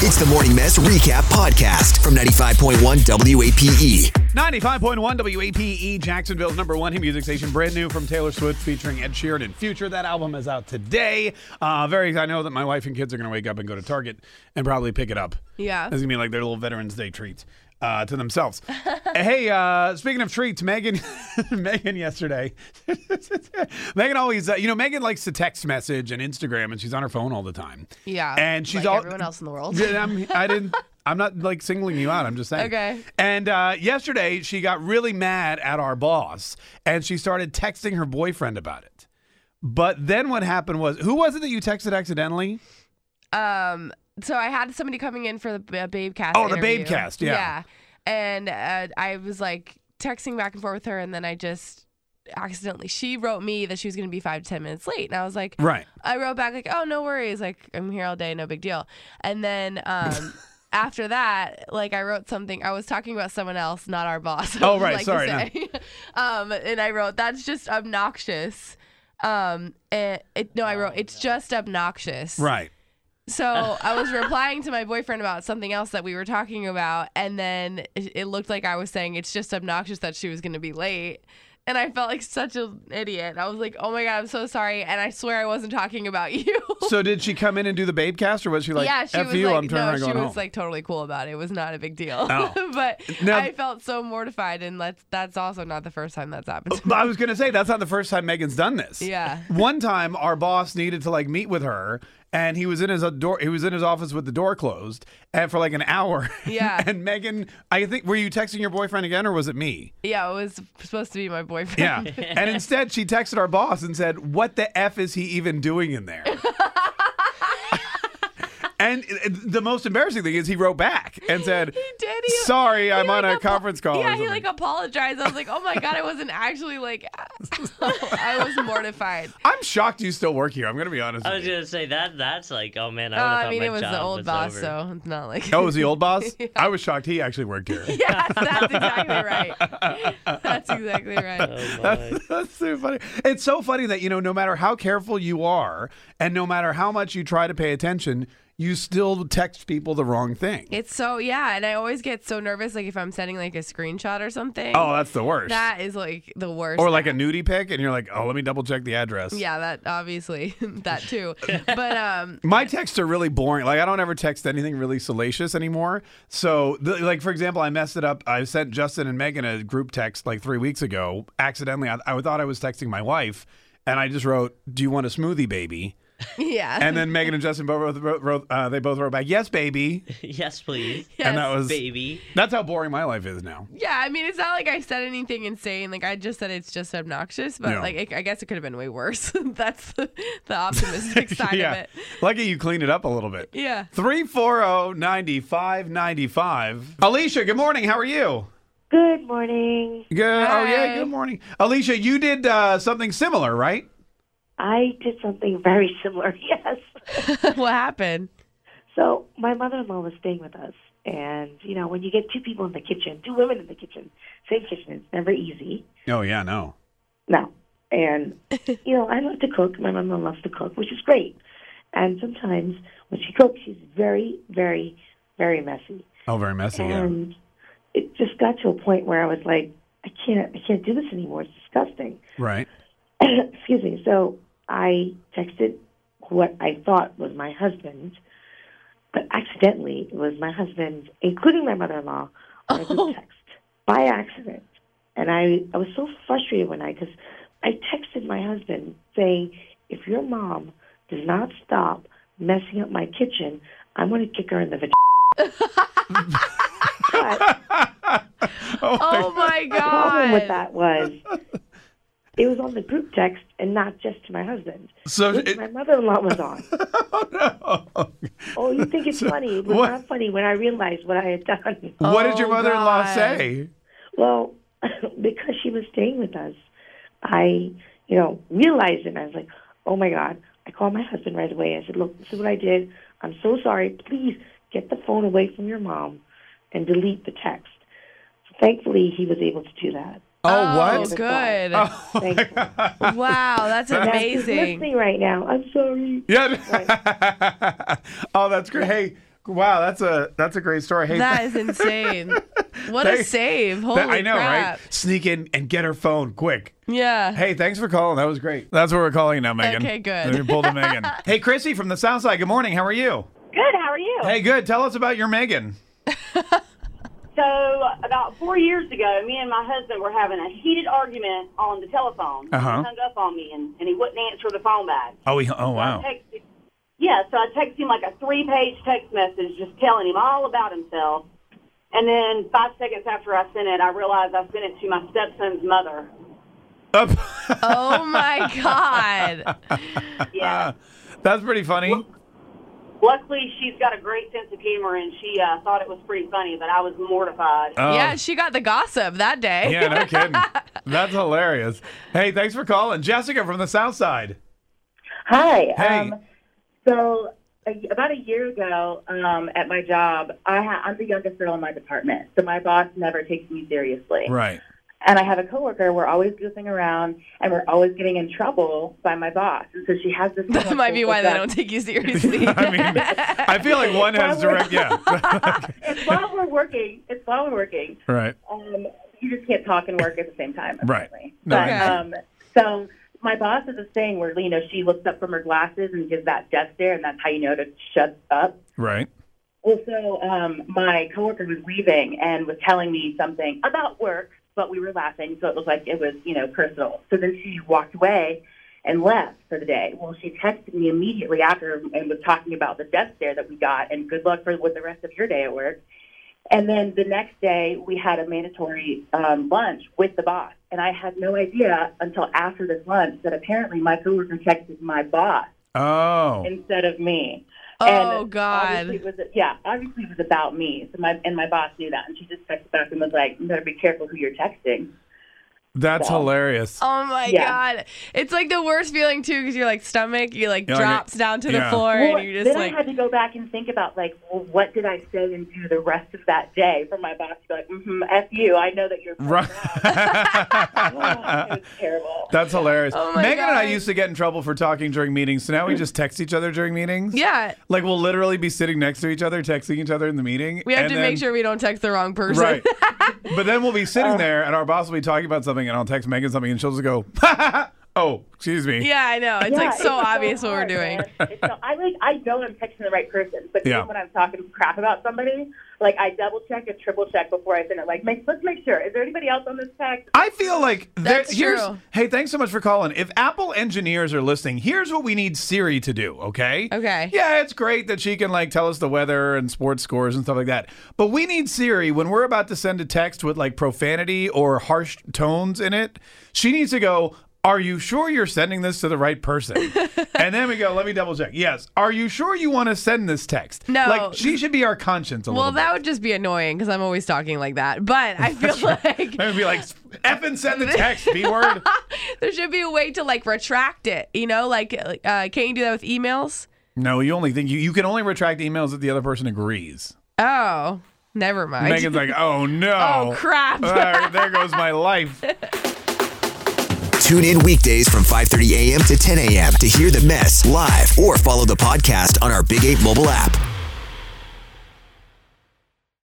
It's the Morning Mess Recap Podcast from 95.1 WAPE. 95.1 WAPE Jacksonville's E, number one hit music station, brand new from Taylor Swift featuring Ed Sheeran and Future. That album is out today. Uh, very, I know that my wife and kids are going to wake up and go to Target and probably pick it up. Yeah. It's going to be like their little Veterans Day treat uh, to themselves. hey, uh, speaking of treats, Megan, Megan yesterday, Megan always, uh, you know, Megan likes to text message and Instagram and she's on her phone all the time. Yeah, And she's like all, everyone else in the world. Yeah, I'm, I didn't. I'm not like singling you out. I'm just saying. Okay. And uh, yesterday, she got really mad at our boss, and she started texting her boyfriend about it. But then what happened was, who was it that you texted accidentally? Um, so I had somebody coming in for the B- uh, Babe Cast. Oh, the Babe interview. Cast, yeah. Yeah, and uh, I was like texting back and forth with her, and then I just accidentally she wrote me that she was going to be five to ten minutes late, and I was like, Right. I wrote back like, oh, no worries, like I'm here all day, no big deal. And then um, after that, like I wrote something. I was talking about someone else, not our boss. I Oh, would right, like to sorry, no. say. um, and I wrote that's just obnoxious. Um, and it, no, I Oh, wrote it's just obnoxious. Right. So I was replying to my boyfriend about something else that we were talking about, and then it it looked like I was saying it's just obnoxious that she was going to be late. And I felt like such an idiot. I was like, "Oh my god, I'm so sorry," and I swear I wasn't talking about you. So did she come in and do the babe cast, or was she like, yeah, she "F was you, like, I'm turning "No," around she going was home"? like totally cool about it. It was not a big deal. No. but Now- I felt so mortified, and that's that's also not the first time that's happened. to me. But I was gonna say that's not the first time Megan's done this. Yeah. One time, our boss needed to like meet with her, and he was in his uh, door. He was in his office with the door closed, and for like an hour. Yeah. and Megan, I think, were you texting your boyfriend again, or was it me? Yeah, it was supposed to be my boyfriend. Yeah. and instead, she texted our boss and said, "What the f is he even doing in there?" And it- it- the most embarrassing thing is he wrote back and said, He did. He- "Sorry, he, I'm on like, a apo- conference call." or Yeah, he something. like apologized. I was like, oh my god, I wasn't actually like. I was mortified. I'm shocked you still work here. I'm gonna be honest. I with was you. gonna say that. That's like, oh man, I, Uh, would've I thought mean, my it was the job old was boss, over. so it's not like. Oh, was the old boss? I was shocked he actually worked here. yes, that's exactly right. That's exactly right. Oh, my. That's, that's so funny. It's so funny that, you know, no matter how careful you are and no matter how much you try to pay attention, you still text people the wrong thing. It's so yeah, and I always get so nervous like if I'm sending like a screenshot or something. Oh, that's the worst. that is like the worst. or like a nudie pic, and you're like, oh, let me double check the address. yeah, that obviously that too. But um, My texts are really boring. Like I don't ever text anything really salacious anymore. So, the, like for example, I messed it up. I sent Justin and Megan a group text like three weeks ago accidentally. I, I thought I was texting my wife, and I just wrote, "Do you want a smoothie, baby?" yeah. And then Megan and Justin both wrote, wrote uh, they both wrote back, "Yes, baby," yes, please, Yes. and that was baby. that's how boring my life is now. Yeah, I mean, it's not like I said anything insane. Like I just said, it's just obnoxious. But Yeah. like, it, I guess it could have been way worse. That's the, the optimistic side yeah, of it. lucky you cleaned it up a little bit. oh, Yeah. 340-9595. Alicia, good morning. How are you? Good morning. Good. Oh yeah. Hi. Good morning, Alicia. You did uh, something similar, right? I did something very similar, yes. what happened? So, my mother in law was staying with us. And, you know, when you get two people in the kitchen, two women in the kitchen, same kitchen, it's never easy. Oh yeah. No. No. And, you know, I love to cook. My mother in law loves to cook, which is great. And sometimes when she cooks, she's very, very, very messy. Oh, very messy. Yeah. And it just got to a point where I was like, I can't, I can't do this anymore. It's disgusting. Right. excuse me. So I texted what I thought was my husband, but accidentally it was my husband, including my mother-in-law, on a Oh. group text by accident. And I, I was so frustrated when I, because I texted my husband saying, if your mom does not stop messing up my kitchen, I'm going to kick her in the vagina. but Oh my the problem god! with that was it was on the group text and not just to my husband. So which it- my mother-in-law was on. Oh, you think it's funny? It was what- not funny when I realized what I had done. what did Oh, your mother-in-law God. say? Well, because she was staying with us, I, you know, realized it. And I was like, oh my God. I called my husband right away. I said, look, this is what I did. I'm so sorry. Please get the phone away from your mom and delete the text. Thankfully, he was able to do that. Oh, Oh, what? Oh, good. Thankfully. Wow, that's Now, he's amazing. listening right now. I'm sorry. Yeah. oh, that's great. Hey, Wow, that's a that's a great story. Hey, That is insane. What a Thank- save. Holy I know, crap. right? Sneak in and get her phone quick. Yeah. Hey, thanks for calling. That was great. That's what we're calling now, Megan. Okay, good. We pulled a Megan. hey, Chrissy from the South Side. Good morning. How are you? Good. How are you? Hey, good. Tell us about your Megan. So about four years ago, me and my husband were having a heated argument on the telephone. Uh-huh. He hung up on me, and, and he wouldn't answer the phone back. Oh, we, oh I wow. texted, yeah, so I texted him like a three-page text message, just telling him all about himself. And then five seconds after I sent it, I realized I sent it to my stepson's mother. Up- Oh my God. Yeah. that's pretty funny. Luckily, she's got a great sense of humor, and she uh, thought it was pretty funny. But I was mortified. Oh, yeah, she got the gossip that day. yeah, no kidding. That's hilarious. Hey, thanks for calling. Jessica from the South Side. Hi. Hey. Um, so a, about a year ago um, at my job, I ha- I'm the youngest girl in my department, so my boss never takes me seriously. Right. And I have a coworker. We're always goofing around, and we're always getting in trouble by my boss. And so she has this. That might be why they don't take you seriously. I mean, I feel like one has direct. Yeah. It's while we're working. It's while we're working. right. Um, you just can't talk and work at the same time. Right. apparently. No, I but, understand. um, so my boss is this thing where you know she looks up from her glasses and gives that death stare, and that's how you know to shut up. Right. Well, so um, my coworker was leaving and was telling me something about work, but we were laughing, so it looked like it was, you know, personal. So then she walked away and left for the day. Well, she texted me immediately after and was talking about the death stare that we got and good luck for with the rest of your day at work. And then the next day, we had a mandatory um, lunch with the boss, and I had no idea until after this lunch that apparently my coworker texted my boss Oh. instead of me. Oh, and God. Obviously it was yeah, obviously it was about me. So my and my boss knew that, and she just texted back and was like, "You better be careful who you're texting." That's hilarious. Oh my Yeah. god! It's like the worst feeling too, because you're like stomach, you like Yeah, like drops it- down to the yeah. floor, Well, and you're just then like, I had to go back and think about like, well, what did I say and do the rest of that day for my boss to be like, mm-hmm, "F you," I know that you're Right. Oh, it was terrible. That's hilarious. Oh my Megan and I God. used to get in trouble for talking during meetings, so now we just text each other during meetings. yeah, Like we'll literally be sitting next to each other, texting each other in the meeting. we have and to then- make sure Uh. we don't text the wrong person. Right. but then we'll be sitting there and our boss will be talking about something and I'll text Megan something and she'll just go, Oh, excuse me. yeah, I know. It's Yeah, like so was obvious what we're hard, doing. man. It's so, I like I know I'm texting the right person, but Yeah. then when I'm talking crap about somebody, like I double check and triple check before I send it. Like, make, let's make sure. Is there anybody else on this text? I feel like there- That's here's- true. Hey, thanks so much for calling. If Apple engineers are listening, here's what we need Siri to do, okay? Okay. Yeah, it's great that she can like tell us the weather and sports scores and stuff like that. But we need Siri when we're about to send a text with like profanity or harsh tones in it. She needs to go, "Are you sure you're sending this to the right person?" and then we go, "Let me double check." Yes. Are you sure you want to send this text? No. Like she should be our conscience a Well, little that would just be annoying because I'm always talking like that. But I feel like bit. That would be like, "F and send the text, B word." there should be a way to like retract it. You know, like uh, can't you do that with emails? No, you only think you, you can only retract emails if the other person agrees. Oh, never mind. Megan's like, oh no. Oh, crap. There- there goes my life. Tune in weekdays from 5:30 a.m. to 10 a.m. to hear the mess live or follow the podcast on our Big 8 mobile app.